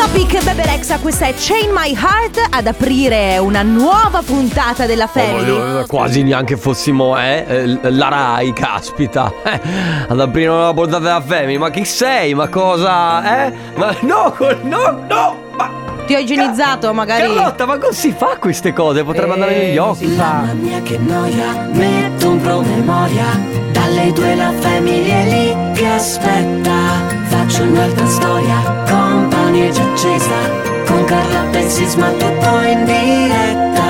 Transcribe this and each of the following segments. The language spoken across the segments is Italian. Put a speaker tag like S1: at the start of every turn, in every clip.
S1: Topic Beberexa, questa è Chain My Heart ad aprire una nuova puntata della Family.
S2: Oh, voglio- quasi neanche fossimo eh, eh, la Rai, caspita. Eh, ad aprire una nuova portata della Family. Ma chi sei? Ma cosa? Eh? Ma no, col- no, no! Ma
S1: Ti ho igienizzato magari?
S2: Carlotta, ma come si fa queste cose? Potrebbe
S1: Eh,
S2: andare negli
S1: non
S2: occhi.
S1: si fa.
S3: Mamma mia che noia, metto un promemoria Dalle due la famiglia è lì che aspetta Faccio un'altra storia, compagnia già accesa Con Carlotta e Sisma tutto in diretta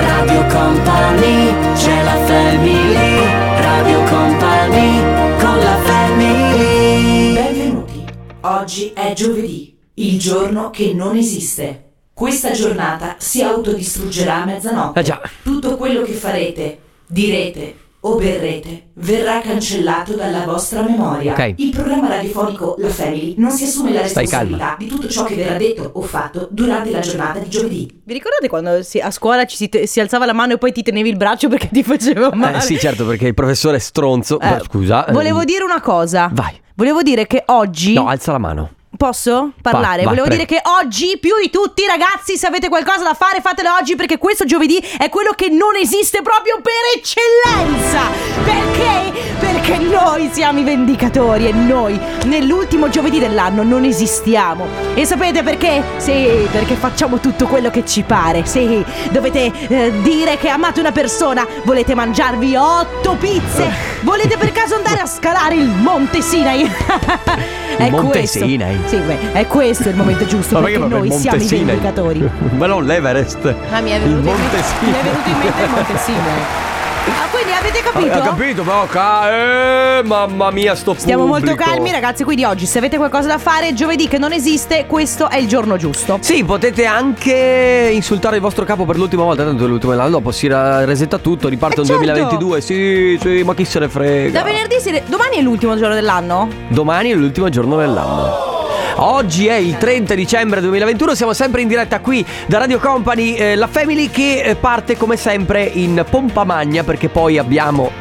S3: Radio Company, c'è la family Radio Company, con la family Benvenuti, oggi è giovedì, il giorno che non esiste questa giornata si autodistruggerà a mezzanotte.
S2: Eh già.
S3: Tutto quello che farete, direte o berrete verrà cancellato dalla vostra memoria.
S2: Ok.
S3: Il programma radiofonico La Family non si assume la
S2: Stai
S3: responsabilità di tutto ciò che verrà detto o fatto durante la giornata di giovedì.
S1: Vi ricordate quando si- a scuola ci si, te- si alzava la mano e poi ti tenevi il braccio perché ti faceva male?
S2: Eh, sì, certo, perché il professore è stronzo.
S1: Eh,
S2: Ma scusa. eh,
S1: Volevo dire una cosa.
S2: Vai.
S1: Volevo dire che oggi.
S2: No, alza la mano.
S1: Posso parlare?
S2: Va, va,
S1: Volevo
S2: prego.
S1: dire che oggi più di tutti ragazzi se avete qualcosa da fare fatelo oggi perché questo giovedì è quello che non esiste proprio per eccellenza. Perché? Perché noi siamo i vendicatori e noi nell'ultimo giovedì dell'anno non esistiamo. E sapete perché? Sì, perché facciamo tutto quello che ci pare. Sì, dovete eh, dire che amate una persona, volete mangiarvi otto pizze, volete per caso andare a scalare il Monte Sinai. è
S2: Monte
S1: questo.
S2: Sinai.
S1: Sì, beh, è questo il momento giusto
S2: Ma
S1: perché
S2: perché proprio
S1: noi
S2: il
S1: siamo
S2: Monte
S1: i
S2: Sinai?
S1: vendicatori.
S2: Ma non l'Everest.
S1: Ma mi è
S2: il
S1: venuto, in,
S2: Monte
S1: me- mi è
S2: Sinai.
S1: venuto in mente il Monte Sinai. Ah, quindi avete capito?
S2: Ho capito, però. ca- eh, mamma mia, sto
S1: Stiamo molto
S2: pubblico.
S1: calmi ragazzi, quindi oggi se avete qualcosa da fare, giovedì che non esiste, questo è il giorno giusto.
S2: Sì, potete anche insultare il vostro capo per l'ultima volta, tanto l'ultima l'anno dopo si ra- resetta tutto, riparte
S1: Eh,
S2: un
S1: certo.
S2: 2022. Sì, sì, ma chi se ne frega.
S1: Da venerdì si... re- domani è l'ultimo giorno dell'anno?
S2: Domani è l'ultimo giorno dell'anno. Oggi è il 30 dicembre 2021, siamo sempre in diretta qui da Radio Company, eh, la Family che eh, parte come sempre in pompa magna perché poi abbiamo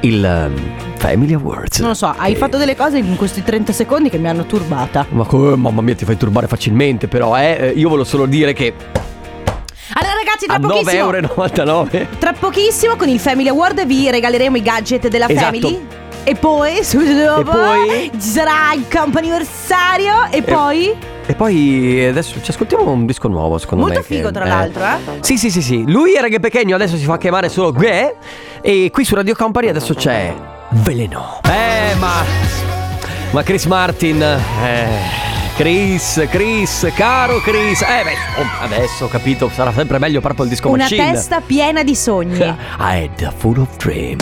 S2: il ehm, Family Awards.
S1: Non lo so, hai
S2: Che-
S1: fatto delle cose in questi 30 secondi che mi hanno turbata.
S2: Ma come, mamma mia, ti fai turbare facilmente però, eh. Eh, Io volevo solo dire che
S1: Allora ragazzi, tra
S2: a
S1: pochissimo...
S2: 9,99 euro...
S1: Tra pochissimo con il Family Award vi regaleremo i gadget della
S2: Esatto.
S1: Family. E poi, subito dopo,
S2: poi?
S1: ci sarà il campo anniversario. E, poi,
S2: E poi adesso ci ascoltiamo un disco nuovo, secondo
S1: molto
S2: me. che-
S1: figo tra
S2: eh.
S1: l'altro, eh.
S2: Sì, sì, sì, sì. Lui era che Pechegno, adesso si fa chiamare solo Gue. E qui su Radio Company adesso c'è Veleno. Eh, ma. Ma Chris Martin. Eh. Chris, Chris, caro Chris. Eh, beh, oh, adesso ho capito, sarà sempre meglio Purple Disco
S1: Una
S2: Machine.
S1: testa piena di sogni.
S2: I had a full of dream.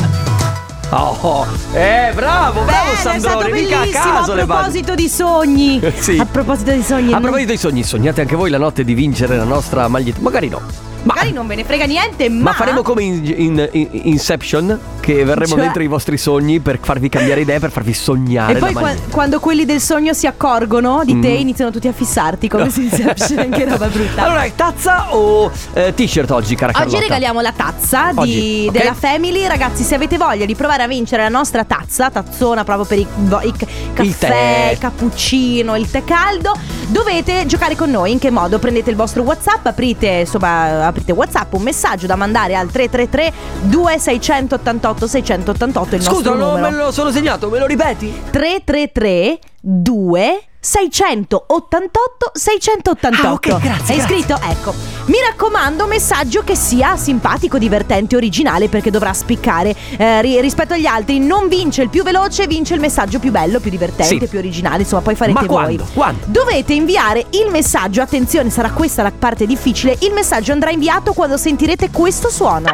S2: Oh, eh, bravo, bravo
S1: Bene, è stato
S2: Sandori, mica a
S1: bellissimo.
S2: caso le
S1: a
S2: basi.
S1: proposito di sogni.
S2: Sì.
S1: A proposito di sogni.
S2: A
S1: non-
S2: proposito dei sogni, sognate anche voi la notte di vincere la nostra maglietta? Magari no. Ma,
S1: Magari non ve ne frega niente, ma.
S2: ma faremo come in, in- in- Inception, che verremo
S1: Cioè-
S2: dentro i vostri sogni per farvi cambiare idea, per farvi sognare
S1: E poi
S2: la
S1: qua-
S2: maglietta.
S1: quando quelli del sogno si accorgono di te iniziano tutti a fissarti come si Inception, che roba brutta.
S2: Allora, tazza o eh, t-shirt oggi, cara
S1: Oggi
S2: Carlotta?
S1: regaliamo la tazza di-
S2: Oggi, ok.
S1: della Family. Ragazzi, se avete voglia di provare a vincere la nostra tazza, tazzona proprio per i, vo- i c- caffè,
S2: tè.
S1: il cappuccino, il tè caldo, dovete giocare con noi. In che modo? Prendete il vostro WhatsApp, aprite, insomma, aprite WhatsApp, un messaggio da mandare al 333 2688 688 il
S2: Scusa,
S1: nostro
S2: non
S1: numero.
S2: me lo sono segnato, me lo ripeti?
S1: 333 2 688 688
S2: Ah, ok, grazie,
S1: È
S2: grazie.
S1: iscritto, ecco Mi raccomando, messaggio che sia simpatico, divertente, originale Perché dovrà spiccare eh, ri- rispetto agli altri Non vince il più veloce, vince il messaggio più bello, più divertente,
S2: Sì.
S1: più originale Insomma, poi farete
S2: Ma
S1: voi
S2: quando? Quando?
S1: Dovete inviare il messaggio, attenzione, sarà questa la parte difficile Il messaggio andrà inviato quando sentirete questo
S2: Eh.
S1: suono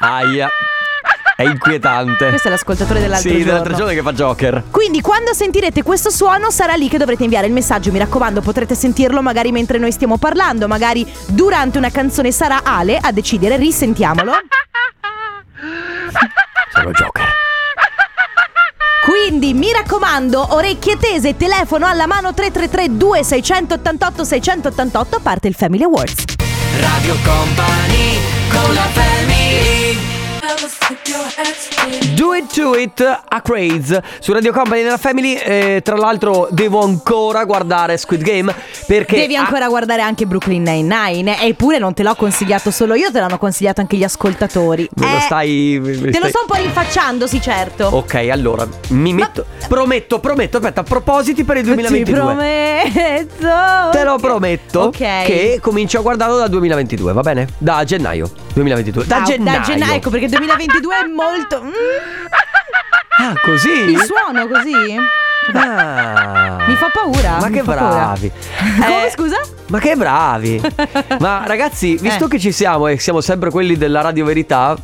S2: Aia, è inquietante.
S1: Questo è l'ascoltatore dell'altro
S2: sì,
S1: giorno
S2: dell'altro giorno che fa Joker.
S1: Quindi quando sentirete questo suono sarà lì che dovrete inviare il messaggio, mi raccomando potrete sentirlo magari mentre noi stiamo parlando, magari durante una canzone sarà Ale a decidere, risentiamolo.
S2: Sono Joker.
S1: Quindi mi raccomando, orecchie tese, telefono alla mano 333 2688 688, parte il Family Awards.
S2: Radio Company con la family. Do It To It a Craze su Radio Company nella Family. Eh, tra l'altro, devo ancora guardare Squid Game perché.
S1: Devi
S2: ah,
S1: ancora guardare anche Brooklyn Nine-Nine. Eppure non te l'ho consigliato solo io, te l'hanno consigliato anche gli ascoltatori.
S2: me lo
S1: Eh,
S2: stai. Oh, me
S1: Te lo
S2: stai-
S1: sto un po' rinfacciando, sì, certo.
S2: Ah, Ok, allora mi
S1: Ma-
S2: metto. Prometto, prometto. Aspetta, propositi per il
S1: Ti
S2: 2022.
S1: prometto.
S2: Te lo
S1: Ok.
S2: prometto
S1: Ok.
S2: che comincio a guardarlo dal 2022, va bene? Da gennaio 2022. Da
S1: Ah,
S2: gennaio.
S1: Da gennaio, ecco perché 2022 è molto. Mm,
S2: Ah, così?
S1: il suono così
S2: Ah.
S1: mi fa paura.
S2: Ma
S1: mi
S2: che
S1: fa paura.
S2: bravi.
S1: Come
S2: Eh,
S1: scusa?
S2: Ma che bravi! Ma ragazzi, visto
S1: Eh.
S2: che ci siamo e siamo sempre quelli della Radio Verità,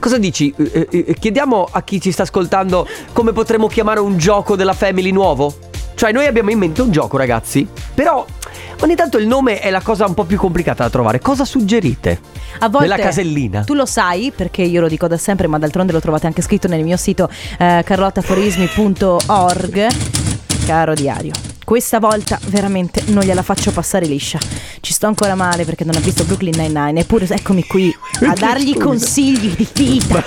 S2: cosa dici? Eh, eh, Chiediamo a chi ci sta ascoltando come potremmo chiamare un gioco della Family nuovo? Cioè, noi abbiamo in mente un gioco, ragazzi, però ogni tanto il nome è la cosa un po' più complicata da trovare. Cosa suggerite?
S1: A volte
S2: Nella casellina.
S1: Tu lo sai perché io lo dico da sempre, ma d'altronde lo trovate anche scritto nel mio sito eh, carlottaforismi.org. Caro diario, questa volta veramente non gliela faccio passare liscia. Ci sto ancora male perché non ha visto Brooklyn Nine-Nine, eppure eccomi qui a dargli consigli di vita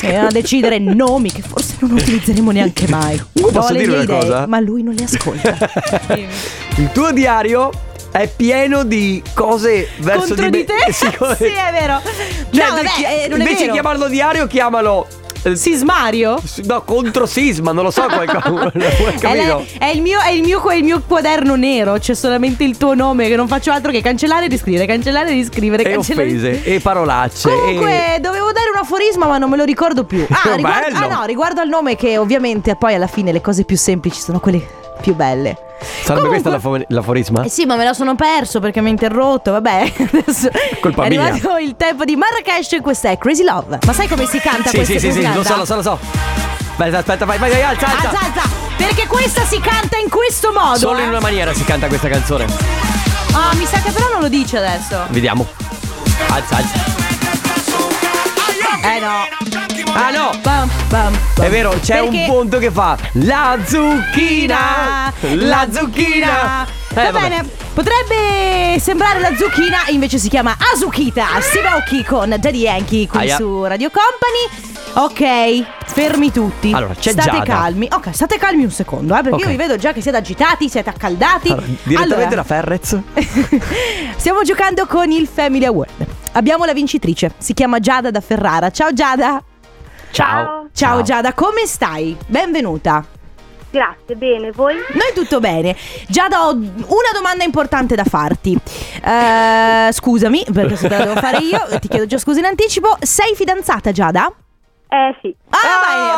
S1: e a decidere nomi che forse non utilizzeremo neanche mai.
S2: Ugo, posso
S1: Do le
S2: dire
S1: mie
S2: una
S1: idee,
S2: cosa?
S1: ma lui non le ascolta.
S2: Il tuo diario è pieno di cose verso
S1: Contro
S2: me-
S1: di te?
S2: Sì, come-
S1: Sì, è vero.
S2: Cioè,
S1: no, vabbè,
S2: chi-
S1: eh, non è
S2: invece di
S1: vero.
S2: chiamarlo diario, chiamalo. eh,
S1: Sismario?
S2: Sì, No, contro sisma, non lo so qualcosa.
S1: È, la-
S2: capito?
S1: è il mio, è il mio- è il mio quaderno nero, c'è solamente il tuo nome che non faccio altro che cancellare e riscrivere, cancellare e riscrivere.
S2: E
S1: cancellare-
S2: offese, e parolacce. e-
S1: Comunque, dovevo dare un aforisma, ma non me lo ricordo più. Ah, riguardo,
S2: Bello.
S1: ah, no, riguardo al nome, che ovviamente poi alla fine le cose più semplici sono quelle più belle.
S2: Sarebbe questa
S1: Comunque-
S2: l'afo- l'aforisma?
S1: Eh sì, ma me lo sono perso perché mi ha interrotto. Vabbè, adesso
S2: Colpa
S1: è
S2: mia.
S1: arrivato il tempo di Marrakesh e questa è Crazy Love. Ma sai come si canta
S2: sì,
S1: questa
S2: sì, sì,
S1: come si
S2: sì, lo
S1: canta?
S2: so, lo so, lo so. Aspetta, aspetta, vai, vai, vai, alza, alza.
S1: Alza, alza, perché questa si canta in questo modo.
S2: Ah, Solo
S1: eh.
S2: in una maniera si canta questa canzone.
S1: Ah, mi sa che però non lo dice adesso.
S2: Vediamo. Alza, alza.
S1: Eh no.
S2: Ah no!
S1: Bam, bam, bam.
S2: È vero, c'è
S1: Perché-
S2: un punto che fa la zucchina, la zucchina.
S1: Va
S2: Eh, vabbè.
S1: bene, potrebbe sembrare la zucchina, invece si chiama Azukita. Sibauchi con Daddy Yankee qui
S2: Aia.
S1: su Radio Company. Ok, fermi tutti.
S2: Allora, c'è
S1: State
S2: Giada.
S1: calmi. Ok, state calmi un secondo, eh, perché
S2: Ok.
S1: io vi vedo già che siete agitati, siete accaldati.
S2: Allora, direttamente
S1: Allora,
S2: da Ferrez.
S1: Stiamo giocando con il Family Award. Abbiamo la vincitrice, si chiama Giada da Ferrara. Ciao Giada.
S2: Ciao.
S1: Ciao Giada, come stai? Benvenuta.
S4: Grazie, bene, voi?
S1: Noi tutto bene. Giada, ho una domanda importante da farti. Eh, scusami, perché se te la devo fare io, ti chiedo già scusa in anticipo. Sei fidanzata, Giada?
S4: Eh sì,
S1: Ah,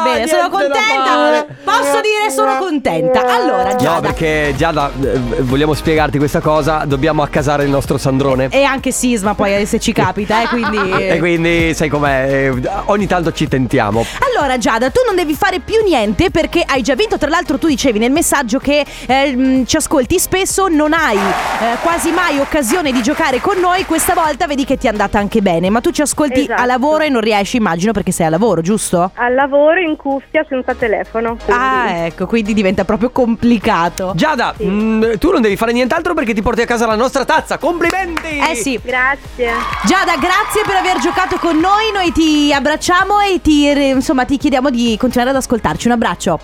S2: Ah,
S1: vai, bene, sono
S2: niente da
S1: contenta.
S2: fare.
S1: Posso dire sono contenta. Allora, Giada.
S2: No, perché Giada, eh, vogliamo spiegarti questa cosa, dobbiamo accasare il nostro Sandrone.
S1: E anche Sisma poi eh, se ci capita, eh, quindi...
S2: E quindi sai com'è, eh, ogni tanto ci tentiamo.
S1: Allora Giada, tu non devi fare più niente perché hai già vinto. Tra l'altro tu dicevi nel messaggio che ehm, ci ascolti spesso, non hai eh, quasi mai occasione di giocare con noi. Questa volta vedi che ti è andata anche bene, ma tu ci ascolti
S4: Esatto.
S1: a lavoro e non riesci, immagino, perché sei a lavoro, giusto?
S4: al lavoro in cuffia senza telefono. quindi-
S1: Ah, ecco, quindi diventa proprio complicato.
S2: Giada,
S4: Sì.
S2: mh, tu non devi fare nient'altro perché ti porti a casa la nostra tazza. Complimenti!
S1: Eh sì,
S4: Grazie.
S1: Giada, grazie per aver giocato con noi. Noi ti abbracciamo e ti, eh, insomma, ti chiediamo di continuare ad ascoltarci. Un abbraccio.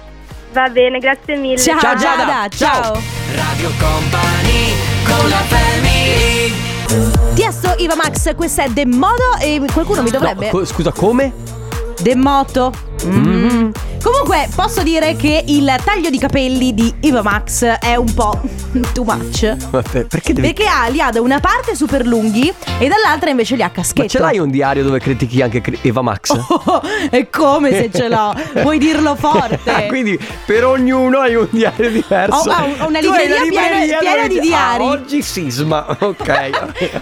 S4: Va bene, grazie mille.
S1: Ciao,
S2: Ciao, Giada.
S1: Giada,
S2: Ciao. Radio Company con la family.
S1: Tiesto, Iva Max, questa è The Modo e qualcuno mi dovrebbe...
S2: scusa, come?
S1: Demoto.
S2: Mm-hmm.
S1: Comunque, posso dire che il taglio di capelli di Iva Max è un po' too much.
S2: Ma per- perché devi.
S1: Perché ha, li ha da una parte super lunghi e dall'altra invece li ha a caschetto.
S2: Ma ce l'hai un diario dove critichi anche Cri- Eva Max?
S1: e come se Oh, ce l'ho? Vuoi dirlo
S2: Ah,
S1: forte?
S2: Quindi per ognuno hai un diario diverso.
S1: Ho- ho una
S2: Tu hai
S1: libreria piena-
S2: libreria
S1: piena
S2: dove
S1: di
S2: dici, "Ah,
S1: diari."
S2: oggi sisma, ok.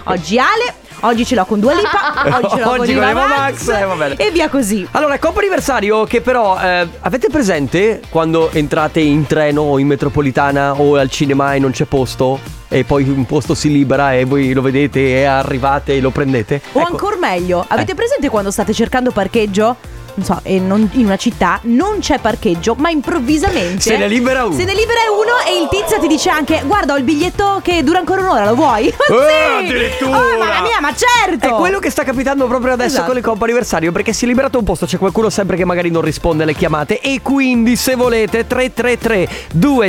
S1: Oggi Ale, oggi ce l'ho con Dua Lipa, oggi ce l'ho con
S2: Oggi
S1: Iva
S2: con Iva
S1: Max,
S2: Max, eh, va bene.
S1: e via così.
S2: Allora, Coppa anniversario che però eh, avete presente quando entrate in treno o in metropolitana o al cinema e non c'è posto e poi un posto si libera e voi lo vedete e arrivate e lo prendete?
S1: O
S2: Ecco,
S1: ancora meglio, avete presente quando state cercando parcheggio? non so, e non- in una città non c'è parcheggio, ma improvvisamente
S2: Se ne libera uno.
S1: Se ne libera uno e il tizio ti dice anche "Guarda, ho il biglietto che dura ancora un'ora, lo vuoi?" Ma
S2: Eh,
S1: sì!
S2: addirittura!
S1: Oh, mamma mia, ma certo!
S2: È quello che sta capitando proprio adesso
S1: Esatto.
S2: con il compo anniversario perché si è liberato un posto, c'è qualcuno sempre che magari non risponde alle chiamate e quindi se volete 333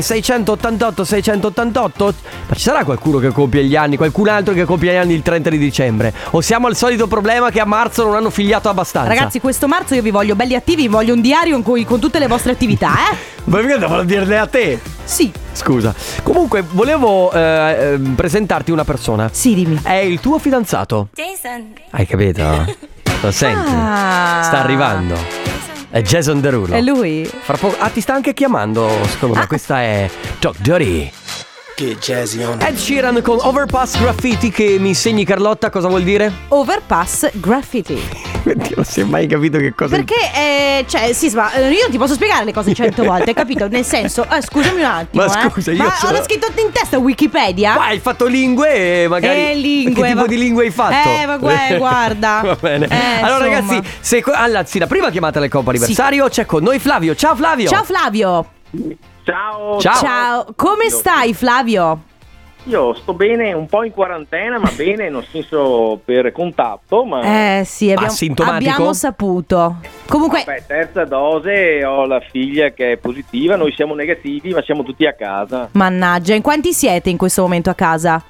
S2: 2688 688 ma ci sarà qualcuno che compie gli anni, qualcun altro che compie gli anni il 30 di dicembre o siamo al solito problema che a marzo non hanno figliato abbastanza.
S1: Ragazzi, questo marzo io vi voglio belli attivi, voglio un diario in cui- con tutte le vostre attività, eh?
S2: ma perché devo dirle a te?
S1: Sì,
S2: Scusa. Comunque volevo eh, eh, presentarti una persona.
S1: sì, dimmi.
S2: È il tuo fidanzato.
S5: Jason.
S2: Hai capito? Lo senti?
S1: Ah.
S2: Sta arrivando. È Jason Derulo.
S1: È lui. Ah.
S2: Fra poco. Ah, ti sta anche chiamando, secondo me. Questa è Talk Dirty.
S6: Che jazzy on.
S2: Ed Sheeran con Overpass Graffiti che mi insegni Carlotta cosa vuol dire?
S1: Overpass graffiti.
S2: Oddio, non si è mai capito che cosa
S1: Perché, eh, cioè, Sisma, eh, io non ti posso spiegare le cose cento volte, capito? Nel senso, eh, scusami un attimo.
S2: Ma
S1: eh.
S2: scusa, io
S1: Ma
S2: sono-
S1: ho scritto in testa Wikipedia.
S2: Qua hai fatto lingue e magari.
S1: Eh, lingue,
S2: Che tipo
S1: va-
S2: di lingue hai fatto?
S1: Eh, ma gua- guarda.
S2: Va bene.
S1: Eh,
S2: allora,
S1: insomma.
S2: ragazzi, se... co- anzi, la prima chiamata del compo anniversario c'è con noi Flavio. Ciao, Flavio.
S1: Ciao Flavio.
S7: Ciao.
S2: Ciao.
S1: Ciao. Come stai Flavio?
S7: Io sto bene, un po' in quarantena, ma bene, nel senso per contatto, ma
S1: Eh sì, abbiamo,
S2: sintomatico?
S1: abbiamo saputo. Comunque,
S7: Vabbè, terza dose, ho la figlia che è positiva, noi siamo negativi, ma siamo tutti a casa.
S1: mannaggia, in quanti siete in questo momento a casa?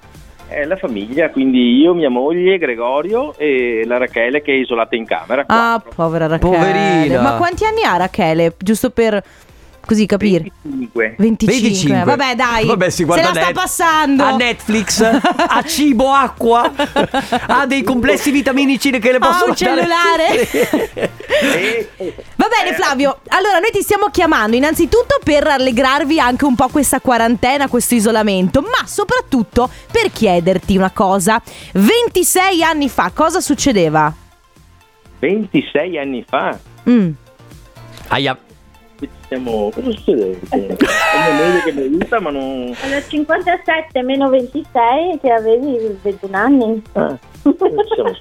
S7: È la famiglia, quindi io, mia moglie, Gregorio e la Rachele che è isolata in camera.
S1: Ah,
S7: quattro.
S1: povera Rachele.
S2: Poverina.
S1: Ma quanti anni ha Rachele? Giusto per così capire.
S7: 25.
S1: 25.
S2: 25.
S1: Vabbè, dai.
S2: Vabbè, si guarda
S1: Se la sta
S2: Net-
S1: passando.
S2: A Netflix, a cibo, acqua, ha dei complessi vitaminici che le
S1: Ha
S2: possono
S1: un
S2: dare.
S1: cellulare.
S7: E-
S1: Va
S2: Eh,
S1: bene Flavio, allora noi ti stiamo chiamando innanzitutto per rallegrarvi anche un po' questa quarantena, questo isolamento, ma soprattutto per chiederti una cosa. 26 anni fa cosa succedeva?
S7: 26 anni fa.
S1: Mm.
S2: Aia.
S7: Siamo... Cosa succede? È mia moglie che mi aiuta, ma non...
S5: Allora, 57 meno 26 che avevi 21 anni.
S7: Ah, siamo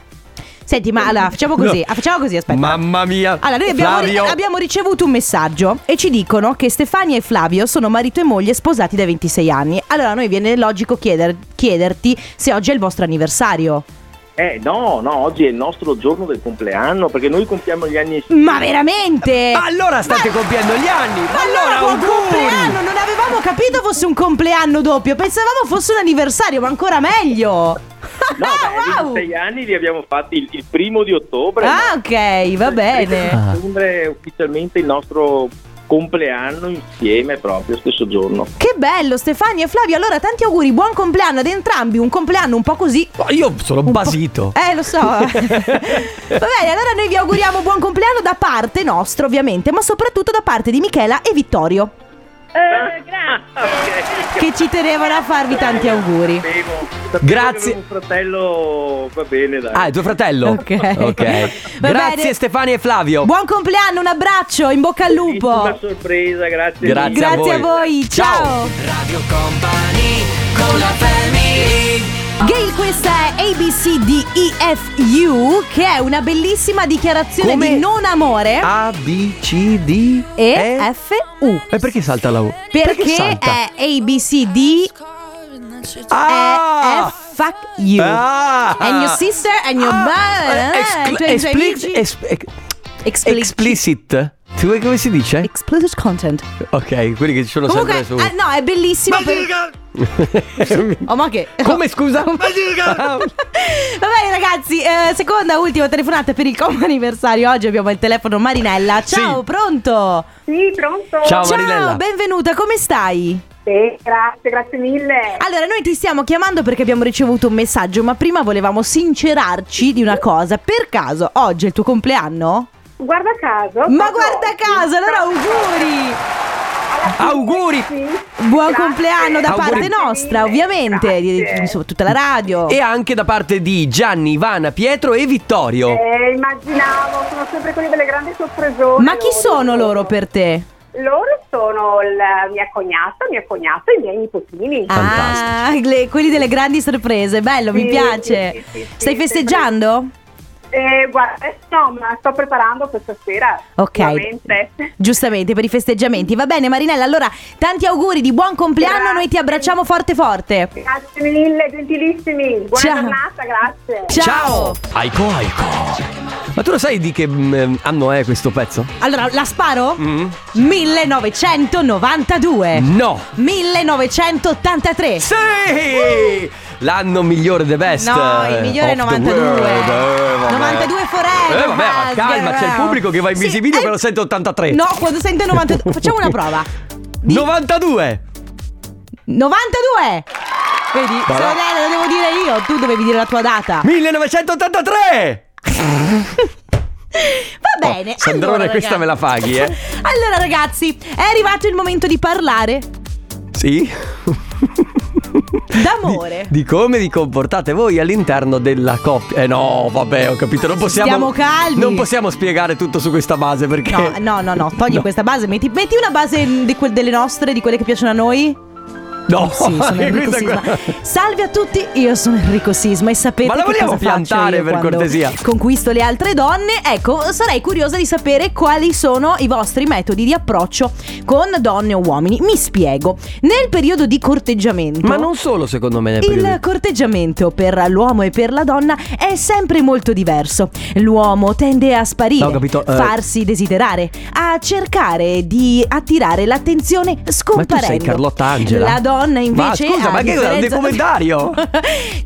S1: Senti, ma allora facciamo così,
S2: No.
S1: ah, facciamo così, aspetta.
S2: Mamma mia.
S1: Allora, noi abbiamo,
S2: Flavio.
S1: abbiamo ricevuto un messaggio e ci dicono che Stefania e Flavio sono marito e moglie sposati da 26 anni. Allora, a noi viene logico chieder- chiederti se oggi è il vostro anniversario.
S7: Eh no, no, oggi è il nostro giorno del compleanno perché noi compiamo gli anni insieme.
S1: Ma veramente?
S2: Ma allora state compiendo gli anni.
S1: Ma allora, buon compleanno! Non avevamo capito fosse un compleanno doppio, pensavamo fosse un anniversario, ma ancora meglio!
S7: No,
S1: Ah,
S7: beh,
S1: wow!
S7: 26 anni li abbiamo fatti il, il primo di ottobre.
S1: Ah, ok, va bene.
S7: Ottobre è ufficialmente il nostro compleanno insieme proprio stesso giorno.
S1: Che bello, Stefania e Flavio. Allora, tanti auguri, buon compleanno ad entrambi. Un compleanno un po' così.
S2: Ma Io sono
S1: un po'-
S2: basito.
S1: Eh, lo so. Va bene, allora noi vi auguriamo buon compleanno da parte nostra, ovviamente, ma soprattutto da parte di Michela e Vittorio,
S5: Eh, grazie.
S1: che ci tenevano a farvi tanti auguri.
S7: Sapevo, sapevo
S2: Grazie.
S7: che avevo Un fratello va bene dai.
S2: Ah, è tuo fratello.
S1: Ok.
S2: Ok.
S1: Va
S2: Grazie
S1: bene.
S2: Stefania e Flavio.
S1: Buon compleanno, un abbraccio, in bocca al
S7: Una
S1: lupo.
S7: sorpresa, grazie.
S2: Grazie.
S7: mille.
S1: Grazie a
S2: a
S1: voi,
S2: voi.
S1: ciao. Gail, questa è ABCDEFU, che è una bellissima dichiarazione
S2: Come?
S1: di non amore.
S2: A B C D
S1: Eh? E F U.
S2: E Eh, perché salta la U?
S1: Perché
S2: salta?
S1: è ABCD E
S2: Ah!
S1: F fuck you.
S2: Ah!
S1: And your sister and your
S2: Ah,
S1: mother.
S2: escl-
S1: eh, tuoi
S2: espli-
S1: amici.
S2: es- eh,
S1: Explicit.
S2: explicit. Tu vuoi come si dice?
S1: Explicit content.
S2: Ok, quelli che ci sono
S1: Comunque,
S2: sempre su.
S1: eh, no, è bellissimo. per- Oh, ma che.
S2: Come scusa?
S1: Va bene ragazzi, eh, seconda, ultima telefonata per il comp anniversario. Oggi abbiamo il telefono Marinella. Ciao,
S2: Sì.
S1: pronto?
S4: Sì, pronto?
S2: Ciao, Marinella.
S1: benvenuta, come stai?
S4: Sì, grazie, grazie mille.
S1: Allora, noi ti stiamo chiamando perché abbiamo ricevuto un messaggio, ma prima volevamo sincerarci di una cosa. Per caso, oggi è il tuo compleanno?
S4: Guarda caso.
S1: Ma
S4: proprio
S1: guarda
S4: oggi.
S1: caso, allora auguri!
S2: Auguri.
S4: Sì.
S1: Buon
S4: Grazie.
S1: compleanno da
S2: Auguri.
S1: parte nostra,
S4: Grazie. Eh,
S1: ovviamente, di,
S4: Grazie.
S1: insomma, tutta la radio.
S2: E anche da parte di Gianni, Ivana, Pietro e Vittorio.
S4: Eh, immaginavo, sono sempre quelli delle grandi sorpresone.
S1: Ma chi sono loro per te?
S4: Loro sono la mia cognata, mia cognata e i miei nipotini.
S1: Ah, le- quelli delle grandi sorprese, bello, mi
S4: Sì,
S1: piace.
S4: sì, sì, sì,
S1: Stai
S4: sì,
S1: festeggiando?
S4: Eh, guarda, eh, no, ma sto preparando questa sera.
S1: Ok.
S4: Veramente.
S1: Giustamente per i festeggiamenti. Va bene Marinella, allora tanti auguri di buon compleanno,
S4: Grazie.
S1: noi ti abbracciamo forte forte.
S4: Grazie mille, gentilissimi. Buona
S1: Ciao.
S4: giornata, grazie.
S1: Ciao.
S2: Aiko Aiko. Ma tu lo sai di che mm, anno è questo pezzo?
S1: Allora, la sparo?
S2: Mm.
S1: 1992.
S2: No.
S1: 1983.
S2: Sì! L'anno migliore The Best.
S1: No, il migliore è
S2: of the
S1: 92.
S2: world. Eh, vabbè.
S1: 92 forever.
S2: Eh, vabbè, ma
S1: Vasquez.
S2: calma, c'è il pubblico che va in
S1: Sì,
S2: visibilio
S1: eh,
S2: che lo sente 83.
S1: No, quando sente 92. Facciamo una prova. di-
S2: 92.
S1: 92! Vedi, se lo,
S2: Voilà.
S1: de- lo devo dire io, tu dovevi dire la tua data.
S2: 1983.
S1: Va
S2: Oh,
S1: bene.
S2: Sandrone,
S1: allora,
S2: questa
S1: ragazzi-
S2: me la paghi, eh?
S1: Allora, ragazzi, è arrivato il momento di parlare
S2: Sì.
S1: d'amore.
S2: Di come vi comportate voi all'interno della coppia. Eh no, vabbè, ho capito. Non possiamo.
S1: Stiamo calmi.
S2: Non possiamo spiegare tutto su questa base perché.
S1: No, no, no, no, togli
S2: No.
S1: questa base, metti, metti una base mm, di quel- delle nostre, di quelle che piacciono a noi.
S2: No,
S1: Sì, sono Enrico
S2: questa è
S1: Sisma.
S2: quella-
S1: Salve a tutti, io sono Enrico Sisma e sapete
S2: Ma la
S1: che
S2: vogliamo
S1: cosa faccio
S2: piantare,
S1: io
S2: per
S1: quando
S2: cortesia?
S1: Conquisto le altre donne. Ecco, sarei curiosa di sapere quali sono i vostri metodi di approccio con donne o uomini. Mi spiego. Nel periodo di corteggiamento
S2: Ma non solo, secondo me. nel periodo-
S1: il corteggiamento per l'uomo e per la donna è sempre molto diverso. L'uomo tende a sparire,
S2: No, ho capito, eh.
S1: farsi desiderare, a cercare di attirare l'attenzione scomparendo.
S2: Carlotta Angela?
S1: La donna invece
S2: Ma scusa,
S1: a
S2: ma che cosa, un
S1: differenza-
S2: documentario?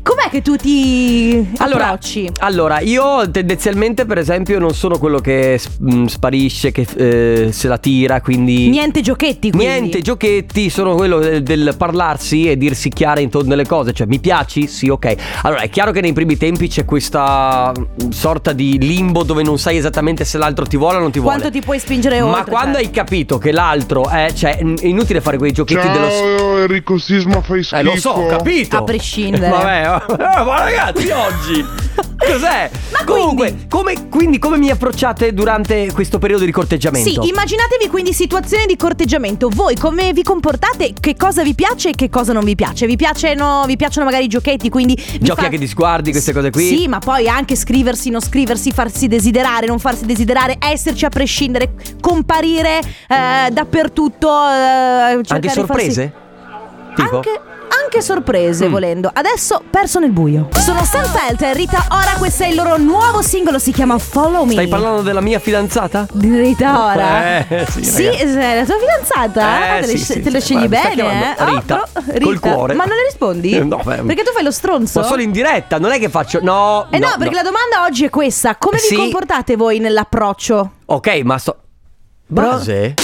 S1: Com'è che tu ti
S2: Allora,
S1: approcci?
S2: Allora, io tendenzialmente, per esempio, non sono quello che s- mh, sparisce, che eh, se la tira, quindi.
S1: Niente giochetti quindi.
S2: Niente giochetti, sono quello del, del parlarsi e dirsi chiare intorno alle cose, cioè mi piaci? Sì, ok. Allora è chiaro che nei primi tempi c'è questa mh, sorta di limbo dove non sai esattamente se l'altro ti vuole o non ti vuole.
S1: Quanto ti puoi spingere oltre?
S2: Ma quando
S1: cioè?
S2: hai capito che l'altro è, cioè, n- inutile fare quei giochetti dello s-
S8: Ciao Enrico Sisma fai schifo
S2: Eh, lo so, ho capito.
S1: A prescindere.
S2: Vabbè, ma- ma ragazzi, oggi. Cos'è?
S1: Ma
S2: Comunque, Come, quindi come mi approcciate durante questo periodo di corteggiamento?
S1: Sì, immaginatevi quindi situazioni di corteggiamento. Voi come vi comportate? Che cosa vi piace e che cosa non vi piace? Vi piacciono, vi piacciono magari i giochetti, quindi. vi
S2: Giochi
S1: fa-
S2: anche di sguardi, queste cose qui?
S1: Sì, ma poi anche scriversi, non scriversi, farsi desiderare, non farsi desiderare, esserci a prescindere, comparire eh, dappertutto. Eh, cercare
S2: Anche
S1: di farsi-
S2: sorprese? Tipo?
S1: Anche, anche sorprese
S2: Mm.
S1: volendo. Adesso perso nel buio. Sono Stan Felt e Rita Ora, questo è il loro nuovo singolo, si chiama Follow Me.
S2: Stai parlando della mia fidanzata?
S1: Di Rita Ora.
S2: Eh, sì,
S1: Sì,
S2: ragazzi.
S1: eh, la tua fidanzata?
S2: Eh,
S1: Ah, te,
S2: sì,
S1: le-
S2: sì,
S1: te lo
S2: sì,
S1: scegli
S2: guarda, mi sta
S1: bene? eh?
S2: chiamando Rita,
S1: pro-
S2: col cuore.
S1: Ma non le rispondi?
S2: Eh, no, beh.
S1: perché tu fai lo stronzo?
S2: Ma solo in diretta, non è che faccio. No.
S1: Eh no, perché la domanda oggi è questa. Come
S2: Sì.
S1: vi comportate voi nell'approccio?
S2: Ok, ma sto. Base?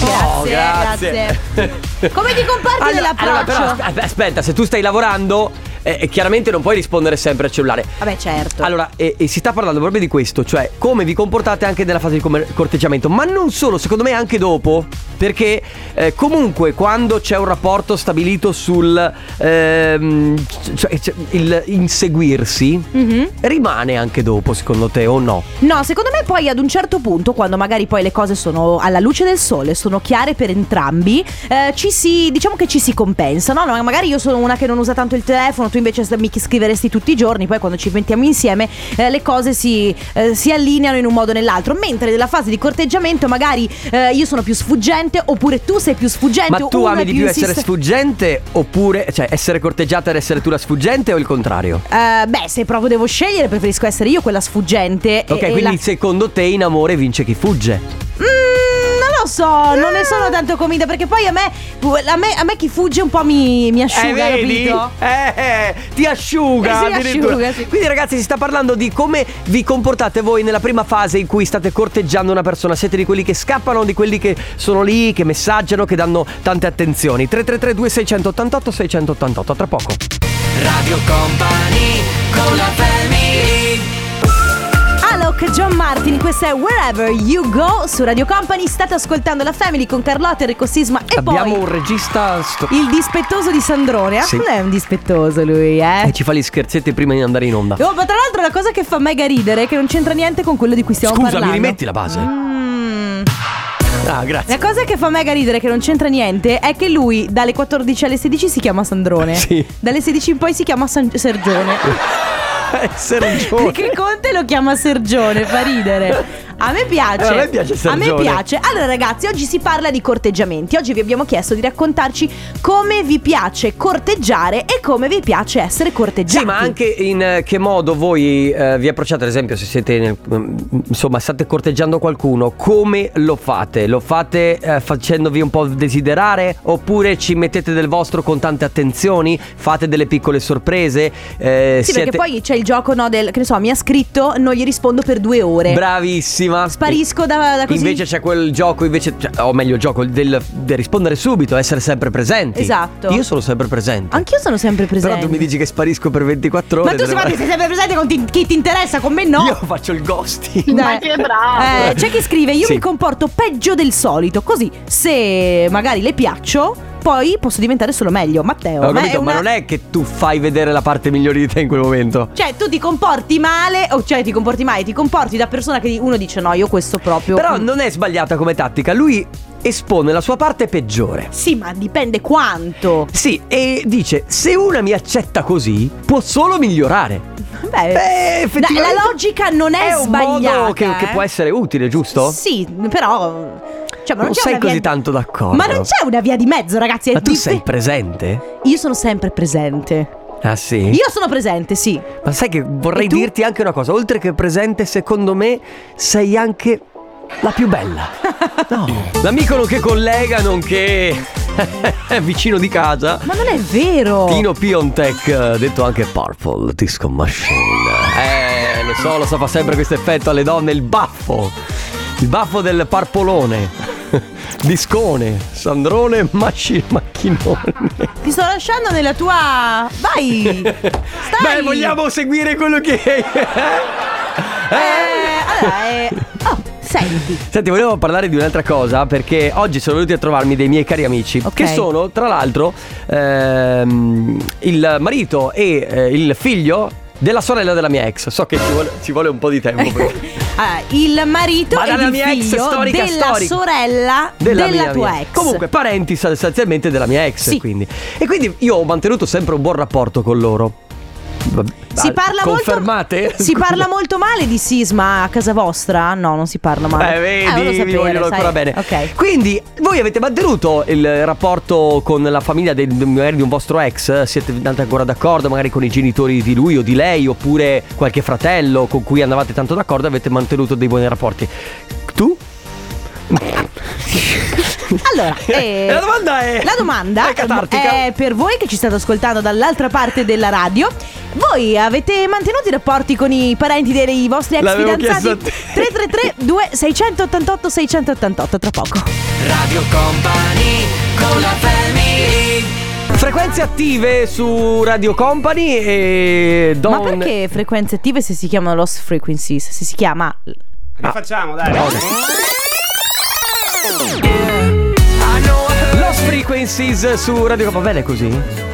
S2: Oh, grazie.
S1: grazie. Come ti comporti
S2: Allora-
S1: nell'approccio?
S2: allora, però, aspe- aspetta, se tu stai lavorando, eh, chiaramente non puoi rispondere sempre al cellulare.
S1: Vabbè, certo.
S2: Allora, e, e si sta parlando proprio di questo, cioè come vi comportate anche nella fase di comer- corteggiamento, ma non solo, secondo me anche dopo, perché eh, comunque quando c'è un rapporto stabilito sul ehm, c- cioè, c- il inseguirsi,
S1: Mhm.
S2: rimane anche dopo, secondo te o no?
S1: No, secondo me poi ad un certo punto, quando magari poi le cose sono alla luce del sole, sono chiare per entrambi, eh, ci si, diciamo che ci si compensa, no? No, Magari io sono una che non usa tanto il telefono, tu invece mi scriveresti tutti i giorni, poi quando ci mettiamo insieme eh, le cose si, eh, si allineano in un modo o nell'altro, mentre nella fase di corteggiamento magari eh, io sono più sfuggente oppure tu sei più sfuggente.
S2: Ma tu
S1: uno
S2: ami
S1: è
S2: di più essere
S1: insiste-
S2: sfuggente oppure, cioè essere corteggiata ed essere tu la sfuggente o il contrario?
S1: Eh, beh, se proprio devo scegliere, preferisco essere io quella sfuggente. e-
S2: Ok,
S1: e
S2: quindi
S1: la-
S2: secondo te in amore vince chi fugge?
S1: Mm, non lo so, non ne sono tanto convinta perché poi a me, a me, a me chi fugge un po' mi, mi asciuga, capito?
S2: Eh, eh, ti asciuga
S1: Eh sì,
S2: addirittura.
S1: asciuga, sì.
S2: Quindi ragazzi si sta parlando di come vi comportate voi nella prima fase in cui state corteggiando una persona. Siete di quelli che scappano, di quelli che sono lì, che messaggiano, che danno tante attenzioni. 333 2688 688 tra poco. Radio Company con la
S1: Alok, John Martin, questa è Wherever You Go su Radio Company. State ascoltando la Family con Carlotta, Enrico Sisma e
S2: Abbiamo
S1: poi
S2: un regista sto-
S1: il dispettoso di Sandrone. Ah,
S2: Sì.
S1: Non è un dispettoso lui,
S2: che
S1: eh.
S2: ci fa gli scherzetti prima di andare in onda.
S1: Oh, ma tra l'altro la cosa che fa mega ridere è che non c'entra niente con quello di cui stiamo
S2: Scusa, mi
S1: parlando.
S2: rimetti la base?
S1: Mm.
S2: Ah, grazie.
S1: La cosa che fa mega ridere, che non c'entra niente, è che lui dalle 14 alle 16 si chiama Sandrone.
S2: Sì.
S1: Dalle 16 in poi si chiama San- Sergione.
S2: essere giovane.
S1: Perché Conte lo chiama Sergione, fa ridere. A me piace.
S2: Eh, a me piace Sergione.
S1: A me piace. Allora ragazzi, oggi si parla di corteggiamenti. Oggi vi abbiamo chiesto di raccontarci come vi piace corteggiare e come vi piace essere corteggiati.
S2: Sì, ma anche in eh, che modo voi eh, vi approcciate, ad esempio, se siete nel- mm, insomma, state corteggiando qualcuno, come lo fate? Lo fate eh, facendovi un po' desiderare oppure ci mettete del vostro con tante attenzioni, fate delle piccole sorprese? eh,
S1: Sì,
S2: siete
S1: perché poi c'è il gioco no, del che ne so, mi ha scritto, non gli rispondo per due ore.
S2: Bravissima.
S1: Sparisco da, da così.
S2: Invece c'è quel gioco, invece, cioè, o meglio, il gioco del, del rispondere subito, essere sempre presenti.
S1: Esatto.
S2: Io sono sempre presente.
S1: Anch'io sono sempre presente.
S2: Però tu mi dici che sparisco per 24
S1: Ma
S2: ore.
S1: tu
S2: te ne
S1: Sifatti,
S2: vai.
S1: sei sempre presente con ti- chi ti interessa, con me no.
S2: Io faccio il ghosting.
S1: Dai.
S5: Ma che bravo.
S1: Eh, c'è chi scrive: Io
S2: Sì.
S1: mi comporto peggio del solito. Così, se magari le piaccio, poi posso diventare solo meglio. Matteo,
S2: Ho
S1: ma
S2: capito,
S1: è
S2: ma
S1: una-
S2: non è che tu fai vedere la parte migliore di te in quel momento.
S1: Cioè, tu ti comporti male, o cioè ti comporti male, ti comporti da persona che uno dice no, io questo proprio.
S2: Però
S1: Mm.
S2: non è sbagliata come tattica, lui espone la sua parte peggiore.
S1: Sì, ma dipende quanto.
S2: Sì, e dice: Se una mi accetta così, può solo migliorare.
S1: Beh,
S2: Beh, Eh, effettivamente
S1: Eh. la- la logica non è,
S2: un
S1: sbagliata.
S2: modo che, che
S1: eh.
S2: può essere utile, giusto?
S1: Sì, però. Cioè, ma non,
S2: Non
S1: c'è
S2: sei
S1: una
S2: così
S1: via-
S2: tanto d'accordo.
S1: Ma non c'è una via di mezzo, ragazzi. è
S2: Ma tu
S1: di-
S2: sei presente?
S1: Io sono sempre presente.
S2: Ah, sì.
S1: Io sono presente, sì.
S2: Ma sai che vorrei
S1: E tu?
S2: dirti anche una cosa, oltre che presente, secondo me sei anche la più bella. No. L'amico nonché collega, nonché vicino di casa.
S1: Ma non è vero.
S2: Tino Piontek, detto anche Purple Disco Machine. Eh, lo so, lo so, fa sempre questo effetto alle donne, il baffo. Il baffo del parpolone. Discone, Sandrone, maci- macchinone.
S1: Ti sto lasciando nella tua. Vai! Stai!
S2: Beh, vogliamo seguire quello che.
S1: Eh, allora, eh, oh, senti.
S2: Senti, volevo parlare di un'altra cosa perché oggi sono venuti a trovarmi dei miei cari amici
S1: Ok.
S2: che sono, tra l'altro, ehm, il marito e eh, il figlio della sorella della mia ex. So che ci vuole, ci vuole un po' di tempo. per-
S1: Allora, il marito
S2: Ma
S1: e
S2: dalla
S1: il
S2: mia ex
S1: figlio
S2: storica,
S1: della
S2: storica.
S1: sorella della,
S2: mia-
S1: tua
S2: mia-
S1: ex.
S2: Comunque, parenti sostanzialmente della mia ex.
S1: Sì.
S2: Quindi. E quindi io ho mantenuto sempre un buon rapporto con loro.
S1: si parla
S2: Confermate?
S1: molto Si parla molto male di sisma a casa vostra? No, non si parla male.
S2: Eh,
S1: volevo
S2: vedi, vi
S1: sapere,
S2: vogliono
S1: sai.
S2: ancora bene.
S1: Ok.
S2: Quindi, voi avete mantenuto il rapporto con la famiglia del- magari di un vostro ex? Siete andati ancora d'accordo, magari con i genitori di lui o di lei, oppure qualche fratello con cui andavate tanto d'accordo? Avete mantenuto dei buoni rapporti. Tu?
S1: Allora, eh,
S2: La domanda è-
S1: La domanda
S2: è catartica.
S1: è per voi che ci state ascoltando dall'altra parte della radio. Voi avete mantenuto i rapporti con i parenti dei vostri ex
S2: L'avevo
S1: fidanzati?
S2: chiesto a te.
S1: 333 2688 688 tra poco.
S2: Radio Company con la Frequenze attive su Radio Company e
S1: Ma
S2: Don-
S1: perché frequenze attive se si chiamano lost frequencies? Se si chiama
S2: Lost Frequencies su Radio Company. Va bene così?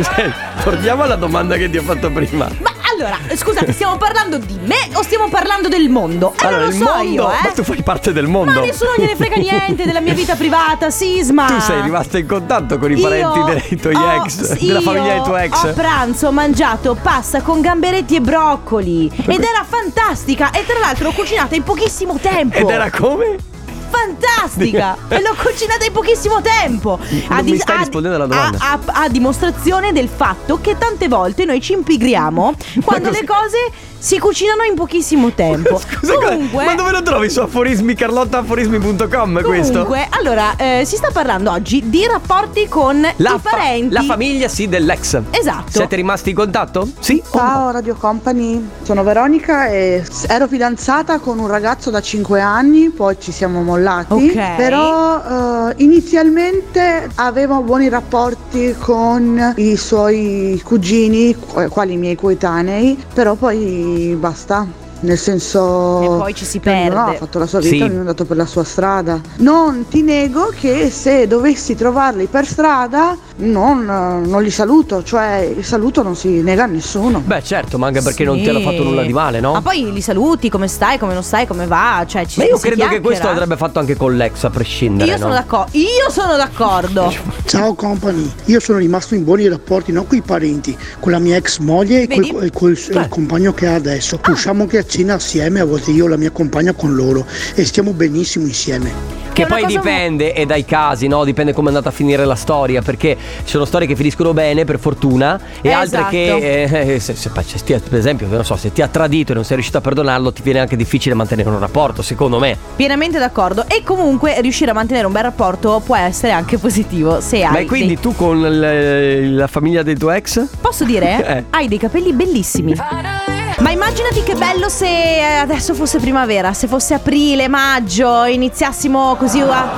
S2: Senti, Torniamo alla domanda che ti ho fatto prima.
S1: Ma allora, scusate, stiamo parlando di me o stiamo parlando del mondo? Eh, non
S2: il
S1: lo so
S2: mondo,
S1: io, eh.
S2: ma tu fai parte del mondo.
S1: Ma nessuno gliene frega niente della mia vita privata, sisma.
S2: Tu sei rimasto in contatto con i parenti
S1: Io
S2: dei tuoi
S1: ho-
S2: ex,
S1: sì,
S2: della famiglia dei
S1: io
S2: tuoi ex.
S1: A pranzo ho mangiato pasta con gamberetti e broccoli. Ed era fantastica. E tra l'altro l'ho cucinata in pochissimo tempo.
S2: Ed era come?
S1: fantastica. e l'ho cucinata in pochissimo tempo.
S2: Non mi stai rispondendo alla domanda.
S1: A, a- a dimostrazione del fatto che tante volte noi ci impigriamo quando le cose si cucinano in pochissimo tempo.
S2: Scusa, cosa-
S1: Comunque.
S2: ma dove lo trovi su aforismi carlottaaforismi.com questo?
S1: Comunque, allora, eh, si sta parlando oggi di rapporti con i
S2: fa-
S1: parenti.
S2: la famiglia sì dell'ex.
S1: Esatto.
S2: Siete rimasti in contatto? Sì. o no?
S8: Ciao Radio Company, sono Veronica e s- ero fidanzata con un ragazzo da 5 anni, poi ci siamo mollati,
S1: Ok.
S8: però eh, inizialmente avevo buoni rapporti con i eh, suoi cugini, qu- quali i miei coetanei, però poi basta. Nel senso...
S1: E poi ci si
S8: che ognuno
S1: perde.
S8: ha fatto la sua vita,
S2: Sì.
S8: ognuno è andato per la sua strada. Non ti nego che se dovessi trovarli per strada, non, eh, non li saluto, cioè il saluto non si nega a nessuno.
S2: Beh, certo, ma anche perché non
S1: Sì.
S2: ti hanno fatto nulla di male, no?
S1: Ma poi li saluti, come stai, come non stai, come va. Cioè, ci
S2: Ma io
S1: si
S2: credo che questo
S1: chiacchiera.
S2: l'avrebbe fatto anche con l'ex, a prescindere.
S1: Io sono
S2: no?
S1: d'accordo. Io sono d'accordo.
S9: Ciao company, io sono rimasto in buoni rapporti non con i parenti, con la mia ex moglie e
S1: Vedi?
S9: col, e col- e il compagno che ha adesso. Usciamo anche a cena assieme, a volte io e la mia compagna con loro e stiamo benissimo insieme.
S1: È
S2: Che
S1: una
S2: poi
S1: cosa mo-
S2: dipende, e dai casi, no? Dipende come è andata a finire la storia, perché ci sono storie che finiscono bene, per fortuna, e
S1: Eh, esatto.
S2: altre che, eh, eh, se, se- se ti ha- per esempio, non so, se ti ha tradito e non sei riuscito a perdonarlo, ti viene anche difficile mantenere un rapporto, secondo me.
S1: Pienamente d'accordo. E comunque riuscire a mantenere un bel rapporto può essere anche positivo. Se hai.
S2: Ma e quindi
S1: dei-
S2: tu con l- la famiglia del tuo ex?
S1: Posso dire?
S2: Eh.
S1: Hai dei capelli bellissimi. Ma immaginati che bello se eh, adesso fosse primavera, se fosse aprile, maggio, iniziassimo così a,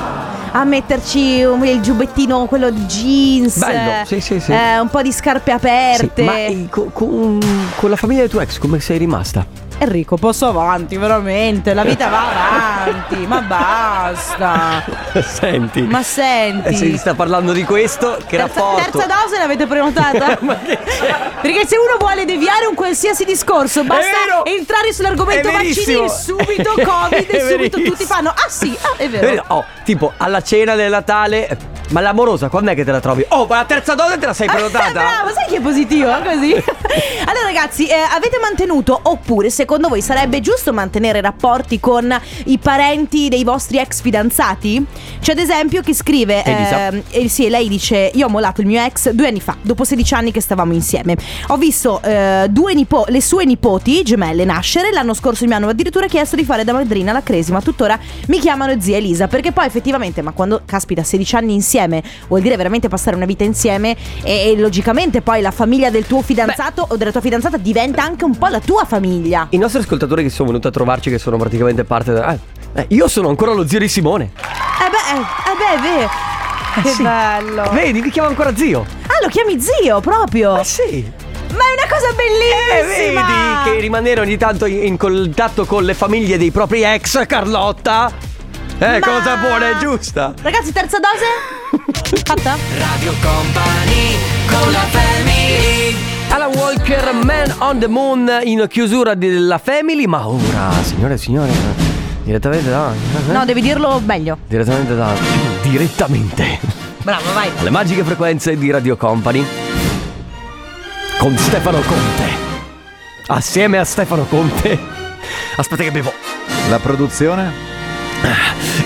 S1: a metterci un- il giubbettino, quello di jeans.
S2: Bello, sì, sì, sì.
S1: eh, un po' di scarpe
S2: Sì,
S1: aperte.
S2: ma i- co- con, con la famiglia del tuo ex come sei rimasta?
S1: Enrico, posso avanti, veramente. La vita va avanti, ma basta.
S2: senti.
S1: Ma senti.
S2: Eh, se sta parlando di questo, che
S1: Terza,
S2: rapporto? Eh,
S1: terza dose l'avete prenotata?
S2: Ma che c'è?
S1: Perché se uno vuole deviare un qualsiasi discorso, basta
S2: vero!
S1: entrare sull'argomento
S2: È
S1: vaccini
S2: verissimo!
S1: e subito Covid
S2: È
S1: e subito
S2: verissimo.
S1: tutti fanno Ah sì, ah, è
S2: Eh,
S1: vero.
S2: Oh, tipo alla cena del Natale. eh, Ma l'amorosa, quando è che te la trovi? Oh, ma la terza dose te la sei
S1: Eh, Bravo,
S2: prenotata?
S1: sai che è positivo eh, così? allora ragazzi, eh, avete mantenuto oppure secondo voi sarebbe giusto mantenere rapporti con i parenti dei vostri ex fidanzati? C'è ad esempio chi scrive,
S2: Elisa.
S1: ehm, eh, sì, lei dice io ho mollato il mio ex due anni fa, dopo 16 anni che stavamo insieme. Ho visto eh, due nipo- le sue nipoti gemelle nascere, l'anno scorso mi hanno addirittura chiesto di fare da madrina alla cresima, tuttora mi chiamano zia Elisa perché poi effettivamente, ma quando caspita 16 anni insieme vuol dire veramente passare una vita insieme e, e logicamente poi la famiglia del tuo fidanzato o della tua fidanzata diventa anche un po' la tua famiglia.
S2: I nostri ascoltatori che sono venuti a trovarci, che sono praticamente parte. da- eh, eh, io sono ancora lo zio di Simone.
S1: Eh beh, eh, eh beh, è vero. Che
S2: sì.
S1: bello.
S2: Vedi, mi chiama ancora zio.
S1: Ah, lo chiami zio proprio.
S2: Ma sì.
S1: Ma è una cosa
S2: E
S1: bellissima!
S10: Eh,
S2: vedi che rimanere ogni tanto in in contatto con le famiglie dei propri ex, Carlotta. È
S1: Ma-
S2: cosa buona e giusta.
S1: Ragazzi, terza dose? Fatta?
S10: Eh?
S2: Alan Walker, Man on the Moon in chiusura della Family, ma ora, signore e signore, direttamente da...
S1: No, devi dirlo meglio.
S2: Direttamente da... Direttamente
S1: Bravo, vai.
S2: alle magiche frequenze di Radio Company con Stefano Conte. Assieme a Stefano Conte. Aspetta che bevo.
S10: La produzione?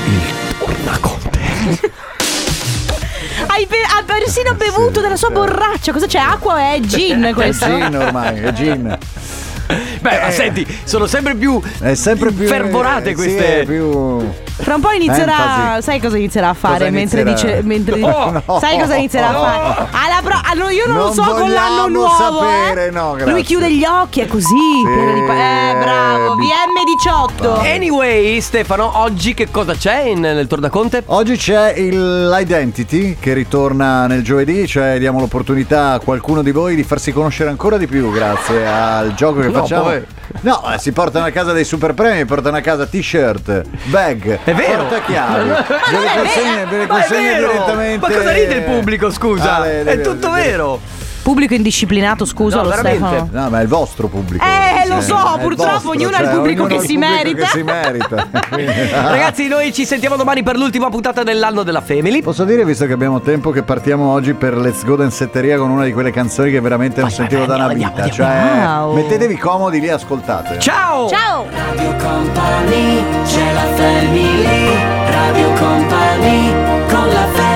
S2: Il tornaconte.
S1: Hai pe- ha persino bevuto della sua borraccia. Cosa c'è? Acqua e
S10: Eh,
S1: gin
S10: È
S1: questo?
S10: gin ormai, è gin.
S2: Beh, ma senti, sono sempre più...
S10: Eh. È sempre più...
S2: Fervorate
S10: eh, sì,
S2: queste-
S10: è più...
S1: Fra un po' inizierà.
S10: Fantasy.
S1: Sai cosa inizierà a fare
S10: Cosa
S1: mentre
S10: inizierà? Oh,
S1: dice. Mentre...
S10: No, no.
S1: sai cosa inizierà a
S10: No.
S1: fare? Alla pro- allora, io non, lo
S10: Non
S1: so con l'anno
S10: vogliamo
S1: nuovo.
S10: sapere,
S1: eh.
S10: no,
S1: Lui
S10: grazie.
S1: chiude gli occhi, è così. pieno di pa- eh, bravo.
S10: bi-
S1: VM18.
S2: Anyway, Stefano, oggi che cosa c'è in- nel tornaconte?
S10: Oggi c'è il- l'Identity che ritorna nel giovedì, cioè diamo l'opportunità a qualcuno di voi di farsi conoscere ancora di più grazie al gioco che
S2: No,
S10: facciamo.
S2: poi-
S10: No, eh, si portano a casa dei super premi, portano a casa t-shirt, bag,
S2: È vero.
S10: portachiavi.
S2: Ma
S10: Ve
S2: non
S10: le
S2: è
S10: consegne,
S2: vero.
S10: ve
S2: Ma è
S10: le consegne
S2: vero.
S10: direttamente.
S2: Ma cosa ride il pubblico, scusa?
S10: Ah, le- le-
S2: è tutto
S10: le-
S2: vero.
S1: Pubblico indisciplinato, scusa
S2: No,
S1: lo
S2: veramente.
S1: Stefano.
S10: No, ma è il vostro pubblico.
S1: Eh, lo so,
S10: è il cioè,
S1: purtroppo ognuno ha il pubblico che
S10: ognuno ha il
S1: si
S10: pubblico
S1: merita.
S10: che si merita.
S2: Ragazzi, noi ci sentiamo domani per l'ultima puntata dell'anno della Family.
S10: Posso dire, visto che abbiamo tempo, che partiamo oggi per Let's Go Dansetteria con una di quelle canzoni che veramente non
S2: Vai, vai,
S10: sentivo
S2: vai,
S10: da una
S2: andiamo,
S10: vita.
S2: andiamo,
S10: cioè,
S1: andiamo. Wow.
S10: mettetevi comodi lì e ascoltate.
S2: Ciao!
S1: Ciao.
S3: Radio Company, c'è la family, Radio Company, con la family.